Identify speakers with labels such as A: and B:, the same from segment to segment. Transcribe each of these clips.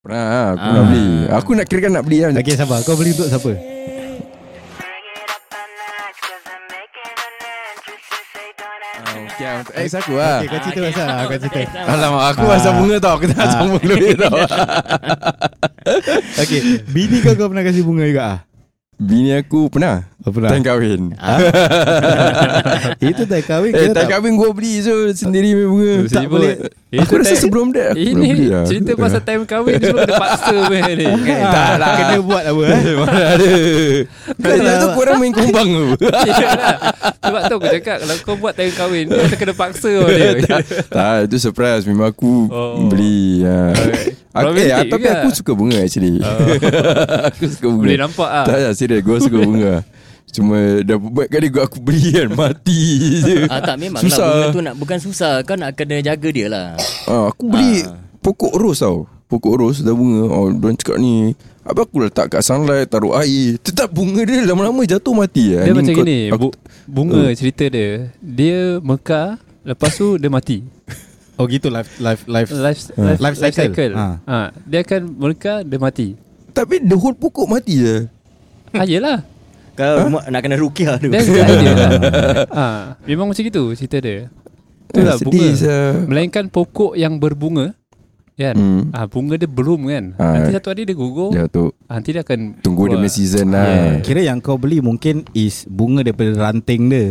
A: Pernah ha, aku nak beli. Aku nak kira nak beli kan.
B: Okay sabar Kau beli untuk siapa
C: Bring it up a notch, cause I'm making an entrance. Just say don't ask me.
A: Okay, ex aku lah.
B: Okay kau cerita
D: Ah,
B: pasal lah Kau cerita
A: Alamak aku pasal bunga tau Aku tak sambung dulu tau
B: Okay Bini kau kau pernah kasih bunga juga ah?
A: Bini aku pernah
B: Oh, pernah
A: Time kahwin
B: Itu tak kahwin
A: Eh
B: kita
A: time
B: tak
A: kahwin gua beli so Sendiri punya bunga
D: Tu
A: Tak
D: sibuk.
A: boleh
D: Eh,
A: Aku
D: tu
A: rasa
D: time-
A: sebelum that Aku belum beli
D: Ini
A: lah
D: cerita pasal time kahwin Semua kena paksa punya ni Kan?
B: Ah,
A: tak lah.
B: Kena buat apa eh?
A: Mana ada Kan dah tu korang main kumbang tu
D: Yalah. Sebab tu aku cakap Kalau kau buat time kahwin Kau macam kena paksa oleh
A: Eh, tak, tak, itu surprise Memang aku
D: Oh.
A: beli ha. aku, eh,
D: Romantic
A: Tapi
D: juga. Oh.
A: aku suka bunga actually Aku suka bunga
D: Boleh nampak ah.
A: Tak tak serius Gua suka bunga Cuma dah buat kali gua aku beli kan Mati je
E: Ah tak memang
A: Susah.
E: lah Bunga tu nak Bukan susah Kau nak kena jaga dia lah
A: Ah, aku beli pokok ros tau. Pokok ros dah bunga. Oh, diorang cakap ni. Apa aku letak kat sunlight, taruh air. Tetap bunga dia lama-lama jatuh mati.
D: Dia macam gini
A: Aku, Hmm.
D: bu- Bunga cerita dia Dia mekar Lepas tu dia mati
B: Oh gitu life life life.
D: Life,
B: Ah.
A: Hmm.
D: life, life cycle,
B: Ha.
D: Ha. Dia akan mekar Dia mati
A: tapi the whole pokok mati je.
D: Ah yelah
E: Kau huh? nak kena rukiah tu
D: That's the idea lah. ha. Memang macam gitu cerita dia
A: Ah,
D: Itulah bunga
A: sedih saya.
D: Melainkan pokok yang berbunga Kan
A: Hmm.
D: ah, Bunga dia belum kan
A: Ah. Ya,
D: Nanti satu hari dia gugur
A: Jatuh.
D: ah, Nanti dia akan
A: Tunggu dia
D: keluar.
A: punya season lah.
B: Kira yang kau beli mungkin is bunga daripada ranting dia.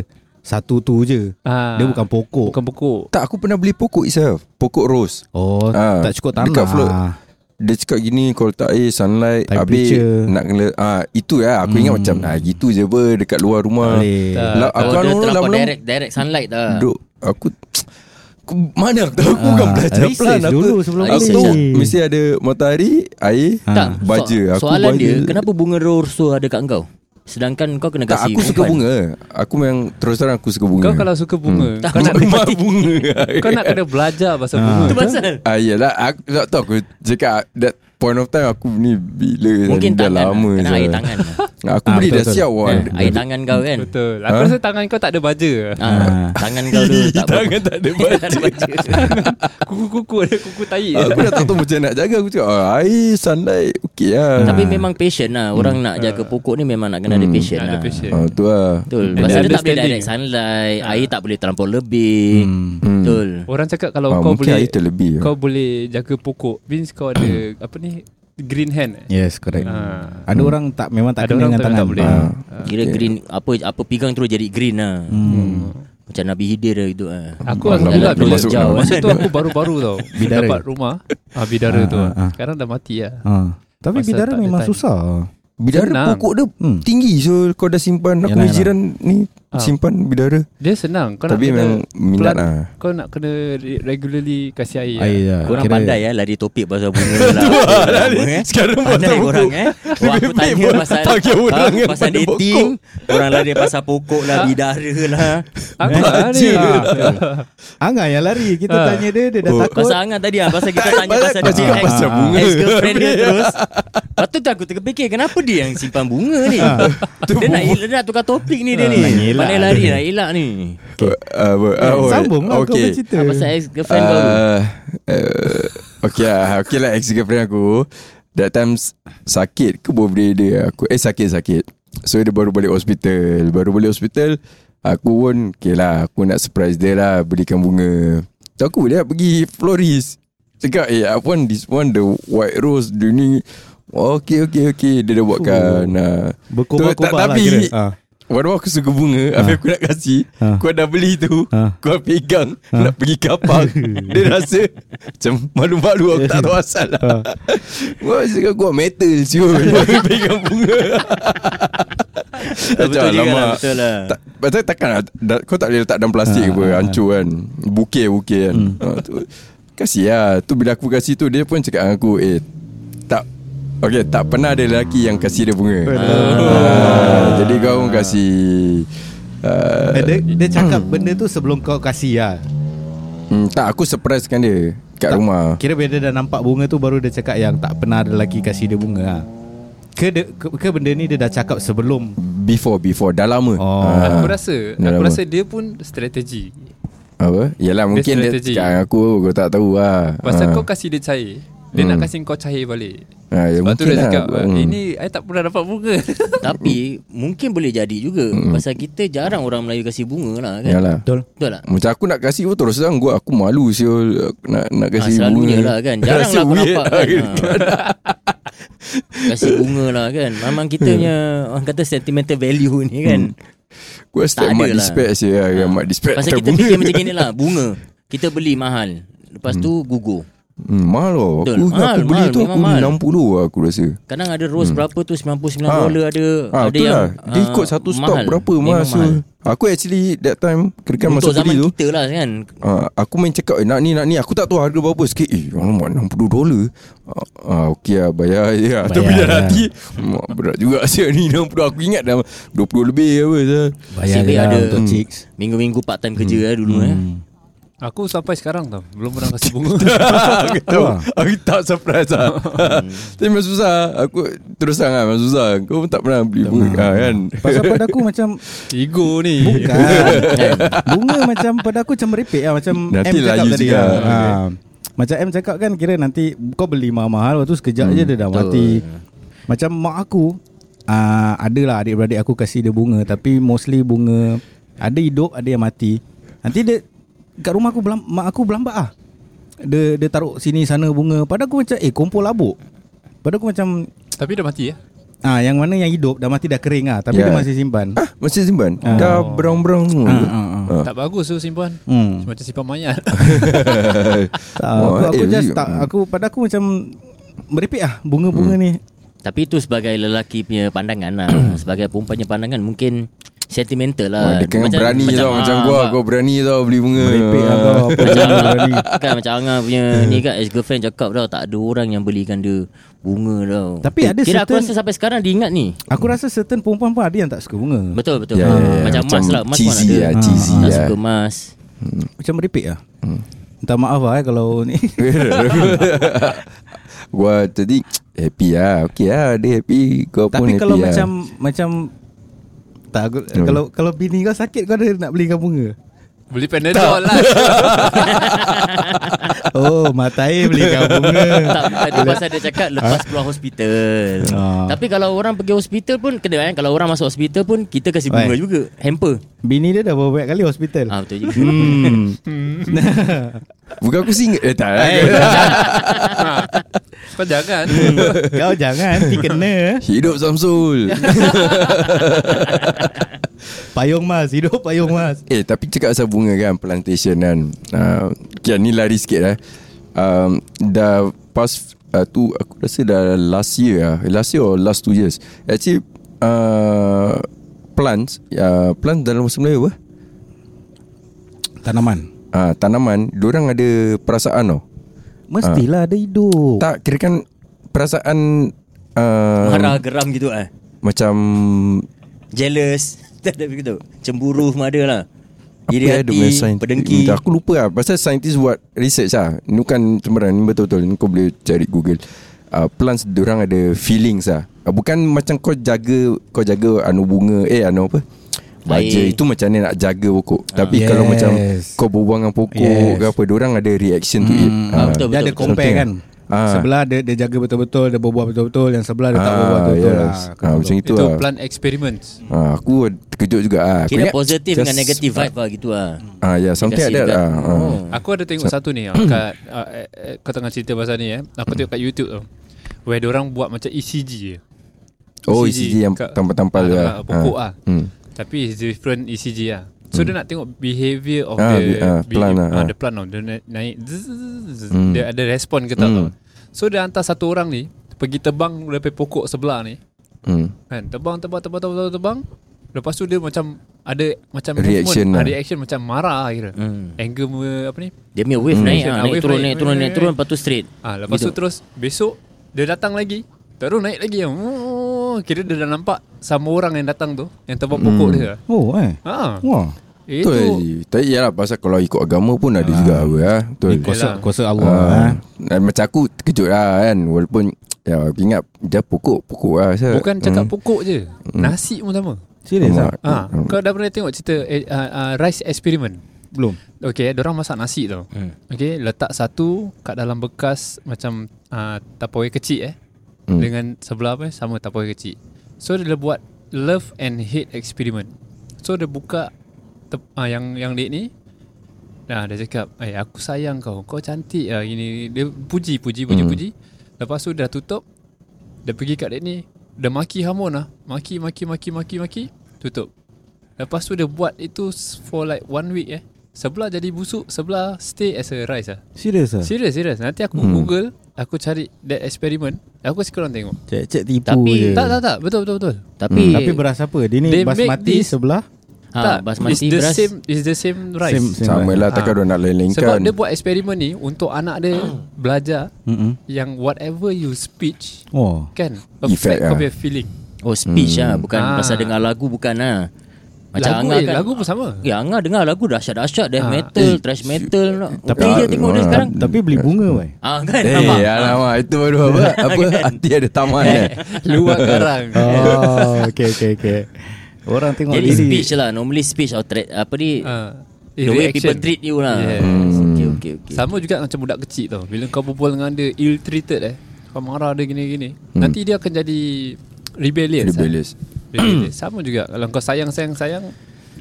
B: Satu tu je.
D: Ah.
B: Dia bukan pokok.
D: Bukan pokok
A: Tak, aku pernah beli pokok itself. Pokok ros.
B: Oh,
A: Ah,
B: tak cukup tanah.
A: dekat float. Dia cakap gini Kalau tak air sunlight Habis
B: Temperature. Hmm.
A: Nak kena ah, Itu lah Aku ingat macam nah, Gitu je ber Dekat luar rumah
B: Boleh.
D: Tak.
A: La,
E: Kau
A: Aku kan
E: dia
A: orang
E: terlampau
A: lama-lama
E: direct Direct sunlight lah
A: Duk aku aku mana aku tahu aku bukan
B: Ah,
A: belajar
B: research
A: pelan aku.
B: dulu sebelum Ah.
A: aku
E: beli.
A: tahu
B: Research.
A: mesti ada matahari, air,
E: Tak
A: ha. baja.
E: so,
A: Aku
E: Soalan
A: baja.
E: dia Kenapa bunga rose tu ada kat kau Sedangkan kau kena
A: tak
E: kasih
A: aku suka
E: perempuan.
A: bunga. Aku memang terus terang aku suka bunga. Hmm.
D: Kau kalau suka bunga
E: Tak,
D: Kau nak
E: aku
A: Mak bunga.
D: Kau nak kena belajar pasal bunga
E: Itu pasal
A: ah yalah aku tak tahu aku cakap ah, that point of time aku ni bila
E: Mungkin
A: dah
E: tangan
A: lama
E: lah. Kena
A: je.
E: air tangan lah.
A: Aku
B: Ah,
A: beli dah
B: betul-betul.
A: siap wah.
E: Eh, Air tangan kau kan
D: Betul Aku
A: Ha?
D: rasa tangan kau tak ada baja
E: ha, Tangan kau tu tak
A: Ah. Tangan tak ada baja.
D: Kuku-kuku ada kuku tahi
A: Aku dah tak tahu macam nak jaga Aku cakap ah, Air sunlight Okay lah
E: Tapi memang patient lah Orang nak jaga pokok ni Memang nak kena
A: Hmm.
E: ada patient
D: Ada
E: lah
D: patient
A: ah, Tu lah
E: Betul
D: And
E: Pasal dia tak boleh
D: understanding.
E: direct sunlight Air tak boleh terlampau lebih
A: Ah. Hmm.
E: Betul
D: Orang cakap kalau
A: Ah,
D: kau
A: mungkin
D: boleh
A: air terlebih
D: Kau boleh jaga pokok Means kau ada Apa ni Green
A: Ya.
D: hand eh?
B: Yes, correct.
D: Ah.
B: Ada orang tak memang tak kena
D: Ada orang
B: dengan
D: tak-
B: tangan.
D: tak boleh.
B: Ah.
E: Kira green Apa apa pegang terus jadi green lah
A: Hmm.
E: Macam Nabi Hidir lah gitu lah
D: Aku
A: Malam
D: alhamdulillah
A: belum
D: bila
A: masuk.
D: jauh,
E: Jauh,
D: Masa
E: kan?
D: tu aku baru-baru tau
B: Bidara.
D: Dapat rumah ah, Bidara
B: Ah,
D: tu
B: ah, ah.
D: Sekarang dah mati lah
B: Ah. Tapi
D: Pasal
B: bidara
D: tak ada
B: memang
D: time.
B: susah.
D: Senang.
A: Bidara pokok dia
B: Hmm. lah.
A: tinggi So kau dah simpan Aku
B: Yalah,
A: punya jiran ni
D: Ah.
A: Simpan bidara
D: Dia senang kau
A: Tapi
D: nak kena,
A: memang minat
D: pelan-
A: lah
D: Kau nak kena re- Regularly kasih air,
B: Air lah.
E: Korang
B: Kira-
E: pandai ya Lari topik pasal bunga lah Bunga, eh?
A: Sekarang
E: Pandai korang eh Wah, Aku
A: Lebih baik
E: tanya
A: buat
E: pasal
A: tanya orang
E: ha,
A: yang
E: Pasal
A: pandai
E: dating Orang lari pasal pokok lah Bidara lah
D: Aku lah ni
B: Angah yang lari. Kita
D: Ah.
B: tanya dia, dia dah
A: Oh.
B: takut.
E: Pasal Angah tadi lah Pasal kita tanya
A: Pasal-
E: pasal
A: kau
E: dia
A: cakap
E: punya ex-
A: pasal bunga.
E: Ex-girlfriend dia terus Lepas tu aku terfikir Kenapa dia yang simpan bunga ni
A: Ah,
E: Dia nak, dia nak tukar topik ni dia
B: Nak
E: ni
B: elak.
E: Pandai lari nak elak ni
A: Ah, apa- ah, alright.
B: Sambung lah kau
A: Okay.
B: bercerita.
E: Ah, Pasal ex-girlfriend kau tu
A: Ah, eh, Okay lah Okay lah ex-girlfriend aku That time s- sakit ke birthday dia aku Eh sakit-sakit So dia baru balik hospital Baru balik hospital Aku pun Okay lah Aku nak surprise dia lah Belikan bunga So aku boleh lah pergi florist Cakap eh I want this one The white rose Dia ni Okay okay okay Dia dah buatkan
E: Oh.
A: uh, nah.
B: Berkobar-kobar lah
A: Tapi
B: kira. Ah.
A: Walau aku suka bunga Habis aku nak kasih
B: Ah.
A: Kau dah beli tu
B: Ah.
A: Kau pegang Nak pergi kapal Dia rasa Macam malu-malu Aku tak tahu asal lah
B: Ah.
A: Wah cakap gua metal siul Pegang bunga Macam
E: Betul juga lah
A: lama
E: Betul lah
A: tak, Pasal takkan lah, da, Kau tak boleh letak dalam plastik apa Hancur kan Bukit-bukit kan ha, tu, Kasih lah Tu bila aku kasih tu Dia pun cakap dengan aku Eh tak Okay tak pernah ada lelaki Yang kasih dia bunga Ah, Jadi kau pun kasih ah,
B: Eh, Dia, dia cakap benda tu sebelum kau kasih lah.
A: hmm, Tak aku surprisekan dia Kat
B: Tak,
A: rumah
B: Kira bila dia dah nampak bunga tu Baru dia cakap yang Tak pernah ada lelaki kasih dia bunga lah. ke, dia, ke, ke benda ni dia dah cakap sebelum
A: Before Before Dah lama
B: Oh.
A: Ah,
D: Aku rasa
A: dah
D: Aku
A: lama.
D: rasa dia pun strategi
A: Apa Yalah mungkin dia
D: strategi.
A: cakap dengan aku Aku tak tahu lah Ah.
D: Pasal kau kasih dia cair Dia nak
A: Hmm.
D: kasih kau cahaya balik
A: Ha, ya,
D: Sebab tu dia
A: mungkin
D: cakap
A: lah.
D: "Ah,
A: Hmm.
D: Ini I tak pernah dapat bunga
E: Tapi mungkin boleh jadi juga
A: Mm.
E: Pasal kita jarang orang Melayu kasih bunga lah kan
A: Yalah
B: Betul
E: Betul tak?
A: Macam aku nak kasih pun terus terang gua aku malu siul Aku nak nak
E: Ha,
A: kasih
E: selalunya
A: bunga.
E: lah kan Jarang
A: Rasa
E: lah aku
A: weird
E: nampak
A: lah
E: kan, kan. Kasih bunga lah kan Memang
A: Mm.
E: kita punya Orang kata sentimental value ni kan
A: Gua step
E: Tak
A: mak
E: ada lah.
A: dispatch je lah. Yang mak dispatch
E: Pasal
A: tak
E: kita fikir macam gini lah Bunga Kita beli mahal Lepas
A: Mm.
E: tu gugur
A: Hmm, mahal lah.
E: Betul.
A: Aku,
E: Mahal,
A: aku beli
E: mahal,
A: tu
E: memang
A: aku
E: mahal.
A: 60 lah aku rasa.
E: Kadang ada rose hmm. berapa tu 99
A: Mm. Ah.
E: ha. dolar ada
A: Ah,
E: ada
A: tu
E: yang
A: lah. Dia
E: ah,
A: ikut satu stok
E: mahal.
A: berapa
E: Memang
A: mahal. So, aku actually that time kira masa
E: Untuk zaman
A: beli tu.
E: kita lah kan
A: Uh, aku main cakap eh, Nak ni nak ni Aku tak tahu harga berapa sikit Eh alamak 60 dolar uh, uh, Okay lah bayar je lah Tapi
B: Bayar
A: dalam
B: lah.
A: hati mak, Berat juga siap ni 60 Aku ingat dah 20 lebih apa sial.
B: Bayar
E: Cik
B: je
E: Bey
B: lah
E: ada
A: Hmm.
B: untuk chicks
E: Minggu-minggu part time kerja lah dulu eh
D: Aku sampai sekarang tau Belum pernah kasih bunga
A: Aku tahu Aku tak surprise lah
B: Hmm.
A: Tapi memang susah Aku terus terang lah Memang susah Kau pun tak pernah beli bunga ah, kan
B: Pasal pada aku macam
D: Ego ni
B: Bukan Bunga macam pada aku macam merepek lah Macam
A: Kan? Nanti
B: M cakap
A: layu
B: tadi
A: juga. Ah.
B: lah ha. Macam M cakap kan Kira nanti kau beli mahal-mahal Lepas tu sekejap je dia dah mati Macam mak aku uh, Ada lah adik-beradik aku kasih dia bunga Tapi mostly bunga Ada hidup ada yang mati Nanti dia Kat rumah aku belam, Mak aku berlambak lah dia, dia taruh sini sana bunga Pada aku macam Eh kumpul labuk Pada aku macam
D: Tapi dah mati ya
B: Ah, yang mana yang hidup dah mati dah kering ah, tapi yeah. dia
A: Yeah.
B: masih simpan.
A: Ah, Masih simpan Dah brown-brown semua
B: Ah, ah, ah.
A: Ah.
D: Tak bagus tu simpan
B: Hmm.
D: Macam simpan mayat
B: Tak, aku,
A: Wah,
B: aku
A: eh,
B: just
A: really?
B: tak aku pada aku macam merepek ah bunga-bunga ni.
E: Tapi itu sebagai lelaki punya pandangan lah Sebagai perempuan punya pandangan Mungkin Sentimental lah
A: Wah, Ah, Dia kena berani tau Macam
E: ah,
A: gua
E: nampak?
A: Gua berani tau beli bunga
B: Merepek ah kau apa
E: macam
B: bunga ni.
E: Angah, kan macam Angah punya ni kan ex-girlfriend cakap tau tak ada orang yang belikan dia bunga tau. Eh,
B: Tapi ada
E: Kira aku
B: certain-
E: rasa sampai sekarang dia ingat ni.
B: Aku rasa certain perempuan pun ada yang tak suka bunga.
E: Betul betul.
A: Ya, ya,
E: Yeah,
A: ya.
E: Macam,
A: Macam
E: mas lah, mas pun
A: cheesy
E: ada.
A: lah, cheesy
E: tak
A: lah.
E: suka mas.
B: Macam merepek ah. Hmm. Minta maaf lah eh, kalau ni
A: Gua tadi Happy lah Okay lah Dia happy Kau pun
B: Tapi
A: happy
B: kalau
A: lah.
B: macam Macam Tak aku,
A: Hmm.
B: Kalau kalau bini kau sakit Kau ada nak belikan bunga
D: Beli Panadol lah
B: Oh matai belikan bunga
E: tak tadi pasal dia cakap lepas keluar hospital.
B: Ah.
E: Tapi kalau orang pergi hospital pun kena kan kalau orang masuk hospital pun kita kasih bunga
B: Why?
E: juga. Hamper.
B: Bini dia dah berapa banyak kali hospital
E: Ah betul juga.
B: Hmm
A: Bukan aku singgit Eh tak lah
D: Kau jangan
A: Hmm,
B: Kau jangan Nanti kena eh.
A: Hidup Samsul
B: Payung mas Hidup payung mas
A: Eh tapi cakap pasal bunga kan Plantation kan uh, Okay ni lari sikit eh um, Dah past uh, tu, Aku rasa dah last year lah Last year or last two years Actually uh, Plants uh, Plants dalam bahasa Melayu apa?
B: Tanaman
A: Uh, tanaman Diorang ada perasaan tau
B: Mestilah ada hidup
A: Tak kira kan Perasaan uh,
E: Marah geram gitu ah.
A: Macam
E: Jealous. Tak ada begitu. Cemburu semua ada lah. Iri
A: apa eh dia punya
E: hati,
A: sains-
E: pedengki.
A: Aku lupa lah Pasal saintis buat research lah Ini bukan cemberan Ini betul-betul Ini kau boleh cari google uh, Plants diorang ada feelings lah uh, Bukan macam kau jaga Kau jaga anu bunga Eh anu apa Baja
E: Air.
A: itu macam mana nak jaga pokok Tapi
B: Yes.
A: kalau macam Kau berbual dengan pokok
B: Yes. Hmm,
A: ke apa Diorang ada reaction to it
E: Ah, betul,
B: Dia ada
E: betul.
B: compare kan
A: Something. Ah.
B: Sebelah dia, dia jaga betul-betul Dia berbual betul-betul Yang sebelah dia tak
A: Ah,
B: berbual betul-betul
A: yes.
B: Ah,
A: Ah, Macam itu
D: Itu
A: lah
D: plan experiment
A: Ah, Aku terkejut juga ah. Aku
E: Kira
A: ingat
E: positif
A: just-
E: dengan negatif vibe lah gitu lah.
D: Hmm.
A: Ah, ya, something like
E: Dikasih
A: that lah.
E: dekat-
A: Ah.
E: Oh.
D: Aku ada tengok satu ni ah, kat, uh, Kau tengah cerita pasal ni eh
A: Hmm.
D: Aku tengok kat YouTube tau Where orang buat macam ECG je E
A: Oh, ECG yang
D: kat-
A: tampal-tampal
D: ah,
A: lah.
D: ah, Pokok
A: Ah.
D: lah
A: Hmm.
D: Tapi it's different ECG lah So dia nak tengok behaviour of
A: Ah,
D: the
A: be- ah, plant lah,
D: behav-
A: ah.
D: ah, The plant tau Dia na- naik zzz,
A: Hmm.
D: Dia ada respon ke tak
A: Hmm.
D: tau So dia hantar satu orang ni Pergi tebang daripada pokok sebelah ni
A: Hmm.
D: Kan tebang tebang tebang tebang tebang, tebang. Lepas tu dia macam ada macam
A: Reaction
D: movement,
A: lah.
D: ah, reaction macam marah lah kira. Hmm. Anger punya apa ni?
E: Dia punya wave naik
D: Ah,
E: ah,
D: wave naik,
E: naik turun naik
D: naik,
E: turun naik
D: naik,
E: turun
D: naik.
E: lepas tu straight.
D: Ah lepas
E: Gitu.
D: tu terus besok dia datang lagi. Terus naik lagi. Oh, kira dia dah nampak sama orang yang datang tu yang tebang pokok dia.
B: Oh eh
D: Ha.
B: Wah
D: Itu
A: Betul Haji. Tapi ialah pasal kalau ikut agama pun ada juga
E: Ah,
A: apa ya. Betul.
B: Ni kuasa,
E: lah.
D: Yelah.
B: kuasa Allah ha.
E: eh.
A: Ah, dan macam aku terkejut lah kan Walaupun ya, Aku ingat Dia pokok-pokok lah saya.
D: bukan cakap pokok je. Nasi pun sama.
B: Serius ah?
A: Alamak.
D: Ha, kau dah pernah tengok cerita eh, ah, ah, rice experiment?
B: Belum
D: Okay Diorang masak nasi tau
E: Hmm.
D: Okay Letak satu Kat dalam bekas Macam uh, Tapoi kecil eh
A: Hmm.
D: Dengan sebelah apa eh, Sama tapoi kecil So dia buat Love and hate experiment So dia buka tep, uh, Yang yang date ni Nah dia cakap Eh aku sayang kau Kau cantik lah gini Dia puji puji puji
A: Hmm.
D: puji Lepas tu dah tutup Dia pergi kat date ni Dia maki hamun lah Maki maki maki maki maki Tutup Lepas tu dia buat itu s- For like one week eh Sebelah jadi busuk Sebelah stay as a rice lah
B: Serius lah
D: Serius serius Nanti aku hmm. google Aku cari that experiment Aku sekarang tengok
B: Cek-cek tipu
E: Tapi-
B: je
D: Tak tak tak Betul betul betul
E: Tapi
D: Hmm.
B: Tapi beras apa Dia ni
D: They make
B: basmati
D: this-
B: sebelah
E: ha,
D: It's
E: basmati
D: the
E: beras
D: same It's the same rice
B: Same- same.
A: Sama lah Takkan
D: Ah.
A: dia nak lain-lainkan
D: Sebab dia buat eksperimen ni Untuk anak dia Belajar
B: Mm-mm.
D: Yang whatever you speech
B: Oh
D: Kan
A: Effect
D: Affect
A: ah.
D: kau punya feeling
E: Oh speech hmm. lah Bukan
D: Ah.
E: pasal dengar lagu Bukan lah Macam
D: lagu,
E: Angah
D: eh,
E: kan
D: lagu pun sama
E: Ya Angah dengar lagu Dahsyat-dahsyat
D: Ah.
E: Death metal Thrash metal lah. Tapi
A: Ah,
E: dia tengok dia
A: ah.
E: sekarang
B: Tapi beli bunga weh
E: Ah kan
A: Eh
E: nampak
A: alamak Itu baru apa Apa Hati ada taman eh
D: Luar karang
B: Oh Okay okay okay Orang tengok
E: Jadi
B: diri
E: speech lah Normally speech or tra- Apa ni
D: Ah,
E: The
D: eh,
E: way
D: reaction.
E: people treat you lah
D: Yeah.
E: Okay okay
A: Hmm.
E: okay
D: Sama juga macam budak kecil tau Bila kau berbual dengan dia Ill treated eh Kau marah dia gini-gini
E: Hmm.
D: Nanti dia akan jadi Rebellious ah.
A: Rebellious
D: Rebellious Sama juga Kalau kau sayang-sayang-sayang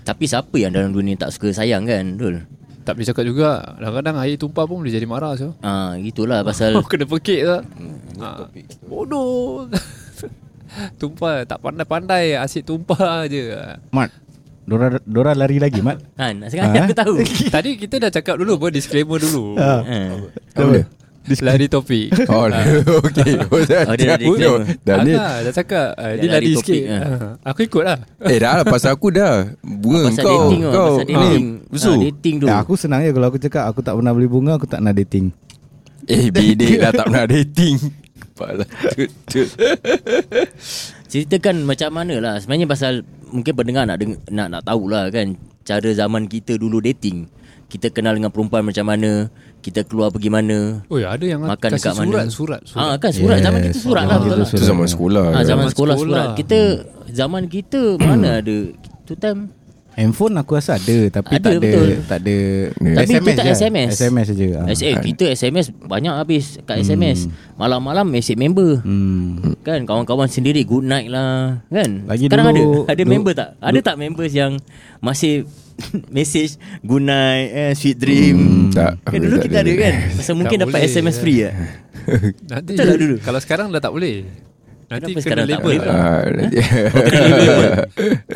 E: Tapi siapa yang dalam dunia Tak suka sayang kan Dul
D: Tak boleh cakap juga Kadang-kadang air tumpah pun Boleh jadi marah so.
E: Ah, gitulah pasal
D: Oh, kena pekik tak
E: Hmm,
D: ha. Bodoh Tumpah Tak pandai-pandai Asyik tumpah je
B: Mat Dora, Dora lari lagi Mat
E: Han kan, sekarang aku tahu
D: Tadi kita dah cakap dulu Buat disclaimer dulu
B: Ah.
E: Ah.
A: Apa dia
D: Lari topik
A: Oh Okay Oh dah
E: Oh, dia dah
A: Bodoh.
E: declare.
A: Dah ni
D: Angah dah cakap uh, Dia
E: Dah lari
D: lari
E: topik,
D: sikit
E: ah.
D: Ah, Aku ikut lah
A: Eh dah lah pasal aku dah Bunga
E: Pasal
A: kau
E: dating
A: Kau
E: lah Pasal
A: ni
E: dating
A: Besu
E: Ah, Dating dulu
B: Ya, aku senang je kalau aku cakap aku tak pernah beli bunga, aku tak pernah dating.
A: Eh bidik lah tak pernah dating Kepala cucut
E: Ceritakan macam mana lah Sebenarnya pasal Mungkin pendengar nak, deng- nak nak tahulah kan Cara zaman kita dulu dating Kita kenal dengan perempuan macam mana Kita keluar pergi mana
D: Oh ya ada yang
E: Makan
D: kasih
E: dekat mana
D: surat, Surat Surat
E: Ah, kan surat Zaman kita surat lah betul
B: Kita
E: lah
A: Itu zaman sekolah
E: ah,
A: kan?
E: Zaman sekolah,
D: sekolah.
E: surat Kita Zaman kita mana ada Tu time
B: Handphone aku rasa ada tapi
E: Ada,
B: tak ada
E: betul.
B: tak ada
A: Ya.
E: Tapi itu tak
B: je.
E: SMS.
B: SMS saja. Ha.
E: eh, Kita SMS Banyak habis Kat SMS Malam-malam mesej member
B: Hmm.
E: Kan kawan-kawan sendiri Good night lah Kan
B: Lagi
E: Sekarang
B: dulu-
E: ada Ada
B: dulu-
E: member tak Ada tak members yang Masih Message Good night eh, Sweet dream
A: Hmm, tak,
E: Kan
A: aku
E: dulu
A: tak
E: kita
A: ada.
E: ada kan Pasal mungkin
D: Tak
E: dapat
D: boleh,
E: SMS
D: ya.
E: free ya.
D: Nanti
E: Betul tak dulu?
D: Kalau sekarang dah tak boleh Nanti kena
E: Kenapa sekarang tak
D: label
E: boleh?
D: lah.
A: Ah, nanti-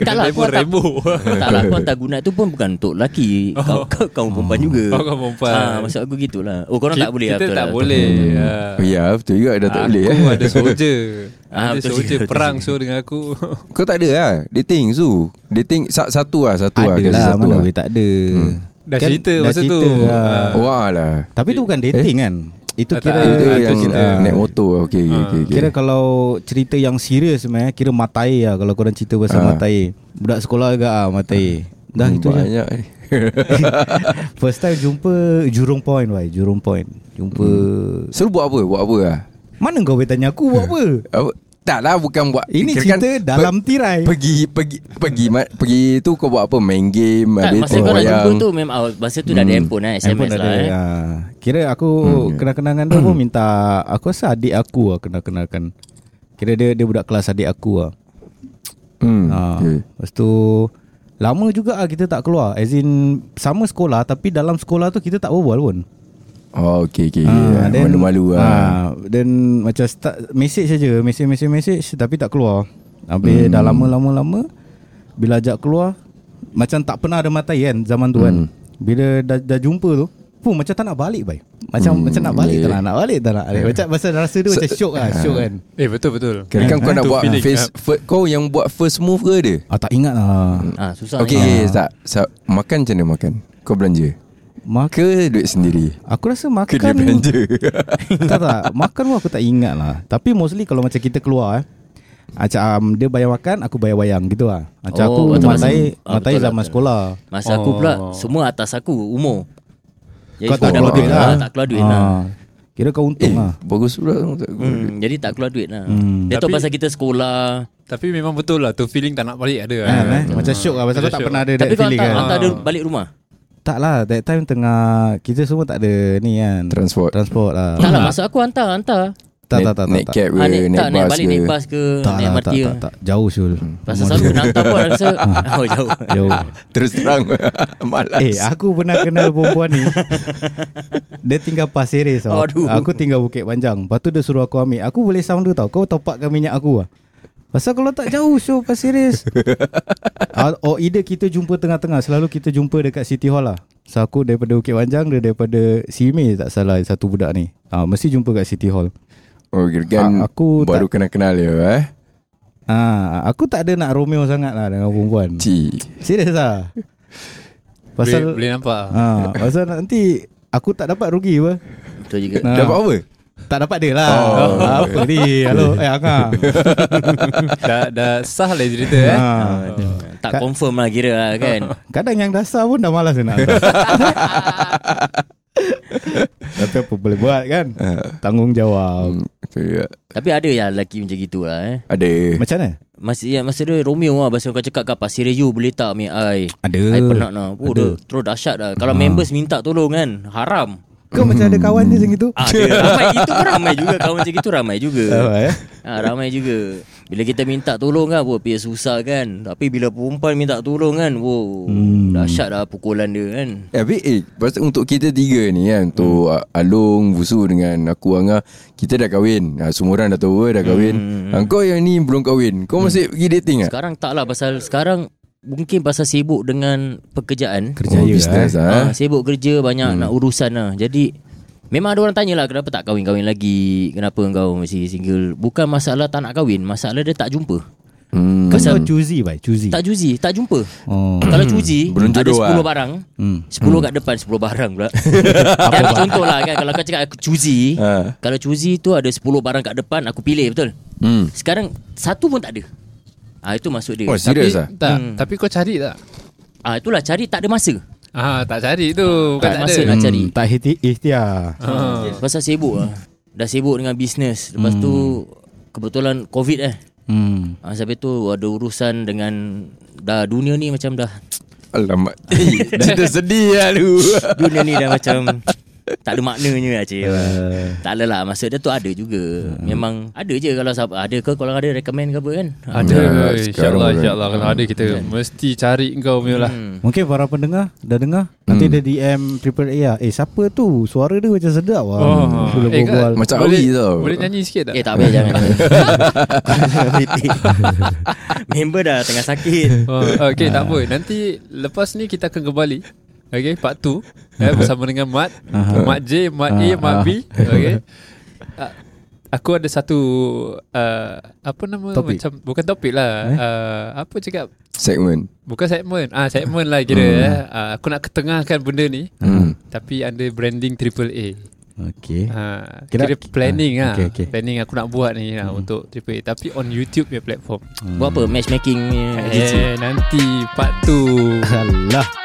E: Tak
D: Label
E: lah aku hantar
D: rainbow.
E: Tak lah aku hantar good night tu pun Bukan untuk lelaki Kau, kau, kau perempuan juga
D: Oh, kau perempuan.
E: ha, Maksud aku gitulah Oh korang
D: Ki-
E: tak boleh Hmm.
D: Kita
E: aku
D: tak boleh Ah.
A: Oh, Ya betul juga dah tak
D: aku
A: boleh eh.
D: ada soldier
E: Ah,
D: Ada
E: betul
D: soldier
E: juga, betul
D: perang
E: juga.
D: so dengan aku
A: Kau tak ada lah Dating Su Dating sa- satu lah Satu lah
B: Ada
A: kasi
B: lah
A: satu
B: mana
A: lah.
B: boleh tak ada. Kan?
D: Dah cerita masa tu. Ah.
B: lah.
A: Wah lah
B: Tapi tu bukan dating kan. Itu
D: Tak,
B: kira
D: tak.
A: Eh? Itu
D: Ah,
A: yang
B: cerita.
A: ah, naik motor lah. Okay, okay, okay, okay.
B: Kira kalau cerita yang serius sebenarnya kira matai lah kalau korang cerita pasal
A: Ah.
B: matai. Budak sekolah agak ah matai. Dah
A: Hmm,
B: itu je.
A: Banyak eh.
B: First time jumpa Jurong Point why? Jurong Point. Jumpa
A: Suruh buat apa Buat apa lah
B: Mana kau boleh tanya aku buat apa?
A: apa? Tak lah bukan buat
B: Ini
A: Kirakan
B: cerita dalam tirai.
A: Pergi Pergi Pergi ma- pergi tu kau buat apa Main game
E: Tak
A: habis
E: Kan, masa
A: tengok
E: korang
A: wayang.
E: jumpa tu Memang oh, masa tu dah ada handphone lah SMS
B: Hmm. Handphone
E: lah
B: ada,
E: eh.
B: ah. Kira aku kenal-kenalan tu pun minta Aku rasa adik aku lah kenal-kenalkan Kira dia dia budak kelas adik aku lah
A: hmm.
B: ah.
A: okay.
B: Lepas tu Lama juga lah kita tak keluar As in Sama sekolah Tapi dalam sekolah tu kita tak berbual pun
A: Oh okay, okay. Ah,
B: then-
A: Malu-malu lah
B: ah, Then macam start Message saja Message message message Tapi tak keluar
A: Hmm.
B: Habis dah lama-lama-lama Bila ajak keluar Macam tak pernah ada matai kan Zaman tu
A: Hmm.
B: kan Bila dah, dah jumpa tu Puh macam tak nak balik bai Macam
A: Hmm,
B: macam nak
A: ya.
B: balik tak nak Nak balik tak nak balik. Macam pasal rasa dia macam syok lah Syok kan
D: Eh betul betul
A: Kira kan kau nak
D: Itu
A: buat
D: feeling,
A: face, fir- Kau yang buat first move ke dia
B: Ah tak ingat lah
A: Hmm.
E: Ah, Susah
A: Okay,
E: ni.
A: okay tak so, Makan macam mana makan Kau belanja
B: Mak Kan
A: Ke duit sendiri
B: Aku rasa
A: Ke dia
B: makan
A: belanja
B: tak tak Makan pun aku tak ingat lah Tapi mostly kalau macam kita keluar eh Macam um, dia bayar makan Aku bayar wayang gitu lah Macam
E: Oh,
B: aku
E: betul,
B: matai
E: betul. Ah,
B: Matai
E: betul lah,
B: zaman
E: betul.
B: sekolah
E: Masa aku pula Semua atas aku Umur Jadi
B: Oh. Kau
E: semua
B: tak keluar
E: dah makan
B: duit
E: dah,
B: lah
E: Tak keluar duit
B: Ah,
E: lah
B: Kira kau untung
A: Eh
B: lah
A: bagus pula tu tak aku.
E: Hmm, jadi tak keluar duit lah hmm. Dia tahu
D: Tapi-
E: pasal kita sekolah
D: Tapi memang betul lah Tu feeling tak nak balik ada
E: Ah,
B: Kan, eh? Macam syok lah Pasal
D: Macam
B: kau tak
D: syok.
B: pernah ada
E: Tapi
B: that
E: kau
B: feeling
E: hantar,
B: kan
E: hantar dia balik rumah
B: Tak lah That time tengah Kita semua tak ada Ni kan
A: Transport
B: Transport lah
E: Tak lah masa aku hantar hantar.
B: Tak tak
A: Naik-
B: tak
A: Naik
B: tak,
A: cab ke
E: Ah, naik, tak,
A: Naik
E: naik
A: bus
E: balik
A: ke
E: naik bus ke,
B: tak,
E: naik
B: lah,
E: MRT
B: tak,
E: ke.
B: tak, tak, Jauh Syul
E: Pasal selalu kena hantar pun rasa Oh jauh
B: Jauh
A: Terus terang Malas
B: Eh aku pernah kenal perempuan ni Dia tinggal Pasir Ris tau.
E: Aduh.
B: Aku tinggal Bukit Panjang Lepas tu dia suruh aku ambil Aku boleh sound dia tau Kau topakkan minyak aku lah Pasal kalau tak jauh show Pasir Ris Ah, Or either kita jumpa tengah-tengah Selalu kita jumpa dekat City Hall lah So aku daripada Bukit Panjang Dia daripada Simei tak salah Satu budak ni ha, Mesti jumpa kat City Hall
A: Oh kirakan
B: Ah,
A: aku
B: aku
A: Baru kenal-kenal dia eh
B: ha, Aku tak ada nak Romeo sangat lah Dengan perempuan
A: Ci
B: Serius lah
D: Pasal
B: Pasal
D: boleh, boleh nampak ah.
B: ha, Pasal nanti Aku tak dapat rugi apa
E: Betul juga
B: Ah.
A: Dapat apa?
B: Tak dapat dia lah
A: Oh.
B: oh. Apa ni Halo Eh Angah
D: dah dah sah lah cerita eh.
B: ha.
E: Tak confirm lah kira lah kan
B: Kadang yang dasar pun Dah malas nak Tapi apa boleh buat kan Tanggungjawab
A: Hmm, betul juga.
E: Tapi ada yang lelaki macam gitu lah eh
A: Ada
B: Macam mana
E: Masa, ya, masa dia Romeo lah Pasal kau cakap kat Pasir Rio boleh tak Mik Ai
B: Ada
E: Ai penat lah Oh dia terus dahsyat lah Kalau members minta tolong kan Haram
B: Kau macam ada kawan je macam gitu
E: Ada ramai Itu pun ramai juga Kawan macam gitu ramai juga
B: Apa, ya?
E: ha, Ramai juga Bila kita minta tolong kan Wah biar susah kan Tapi bila perempuan minta tolong kan Wow hmm. Dahsyat lah pukulan dia kan
A: Eh, Tapi eh pasal Untuk kita tiga ni kan Untuk ah, Along Busu dengan aku Angah Kita dah kahwin Ah, Semua orang dah tahu eh, Dah kahwin Ah, Kau yang ni belum kahwin Kau masih pergi dating tak?
E: Sekarang tak lah Pasal sekarang Mungkin pasal sibuk dengan Pekerjaan
B: Kerja
A: oh,
B: ya,
A: business
B: eh.
A: lah eh.
E: ha? Sibuk kerja Banyak hmm. nak urusan lah Jadi Memang ada orang tanya lah Kenapa tak kahwin-kahwin lagi Kenapa kau masih single Bukan masalah tak nak kahwin Masalah dia tak jumpa
A: hmm.
B: Kau kau choosy bai Choosy
E: Tak juzi Tak jumpa
B: Oh.
E: Kalau cuci
A: Belum
E: Ada
A: jodoh
E: 10
A: lah.
E: barang
B: Hmm.
E: 10 kat depan 10 barang pula kan, Contoh lah kan Kalau kau cakap aku cuci
A: Ha.
E: Kalau cuci tu ada 10 barang kat depan Aku pilih betul
A: Hmm.
E: Sekarang Satu pun tak ada Ah Itu maksud dia
A: Oh
D: Tapi
A: serius lah
D: tak,
E: Hmm.
D: tapi kau cari tak?
E: ah, Itulah cari tak ada masa
D: Ah, tak cari tu. Bukan
E: Tak
D: tak,
E: masa
D: ada.
E: nak cari
B: Hmm, Tak hiti ikhtiar
A: Hmm.
D: Ah.
E: Pasal sibuk lah Dah sibuk dengan bisnes Lepas tu
A: Hmm.
E: Kebetulan covid eh
B: Hmm
E: ah, Sampai tu ada urusan dengan Dah dunia ni macam dah
A: Alamak Eh, Cerita sedih lah tu
E: Dunia ni dah macam Tak ada maknanya lah cik
B: Eh,
E: Tak ada lah Maksud dia tu ada juga Memang Ada je kalau sab- Ada ke kalau ada recommend ke apa kan
D: Ada
A: Ya,
D: yeah,
A: sekarang
D: InsyaAllah
A: kan.
D: InsyaAllah Kalau ada kita Mesti cari kau punya lah
E: Hmm.
B: Mungkin para pendengar Dah dengar Nanti dia DM Triple A lah Eh siapa tu Suara dia macam sedap lah
D: Oh.
B: Boleh
D: Eh, Kak,
B: berbual
A: Macam
D: boleh,
A: Awi tau
D: Boleh nyanyi sikit tak?
E: Eh tak payah jangan Kritik. Member dah tengah sakit
D: oh, Okay
B: Ah.
D: tak apa Nanti Lepas ni kita akan kembali Okay part 2 eh, Bersama dengan Mat Mat J Mat
B: Ah,
D: A Mat B Okay Ah, Aku ada satu uh, Apa nama
B: Topik. Eh?
D: Macam Bukan topik lah uh, Apa cakap
A: Segmen
D: Bukan segmen ah Segmen lah kira
B: Hmm.
D: eh. Ah, Aku nak ketengahkan benda ni
A: Hmm.
D: Tapi under branding triple A
B: Okay
D: Ha,
B: Kira-
D: kira, kira planning
B: Ah,
D: ah,
B: okay, Hmm. okay.
D: planning aku nak buat ni lah untuk triple A tapi on YouTube punya platform.
B: Ah,
E: Buat apa matchmaking ni, agency?
D: Eh nanti part 2
B: Alah